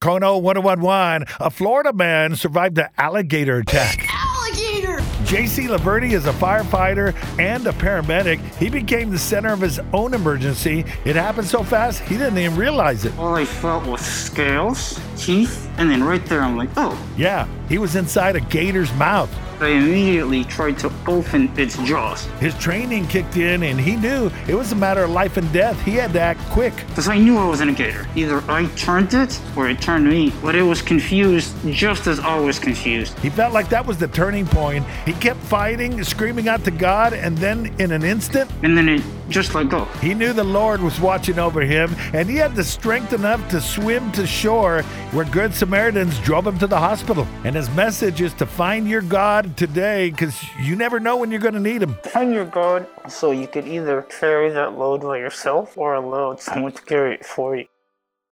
Chrono 1011, a Florida man survived an alligator attack. Alligator! JC Laverty is a firefighter and a paramedic. He became the center of his own emergency. It happened so fast, he didn't even realize it. All I felt was scales, teeth, and then right there I'm like, oh. Yeah, he was inside a gator's mouth. I immediately tried to open its jaws His training kicked in, and he knew it was a matter of life and death. He had to act quick. because I knew I was in a gator. Either I turned it or it turned me, but it was confused just as I was confused. He felt like that was the turning point. He kept fighting, screaming out to God, and then in an instant, And then it just let go. he knew the Lord was watching over him, and he had the strength enough to swim to shore where Good Samaritans drove him to the hospital. And his message is to find your God today because you never know when you're going to need him. Find your God so you could either carry that load by yourself or allow someone to carry it for you.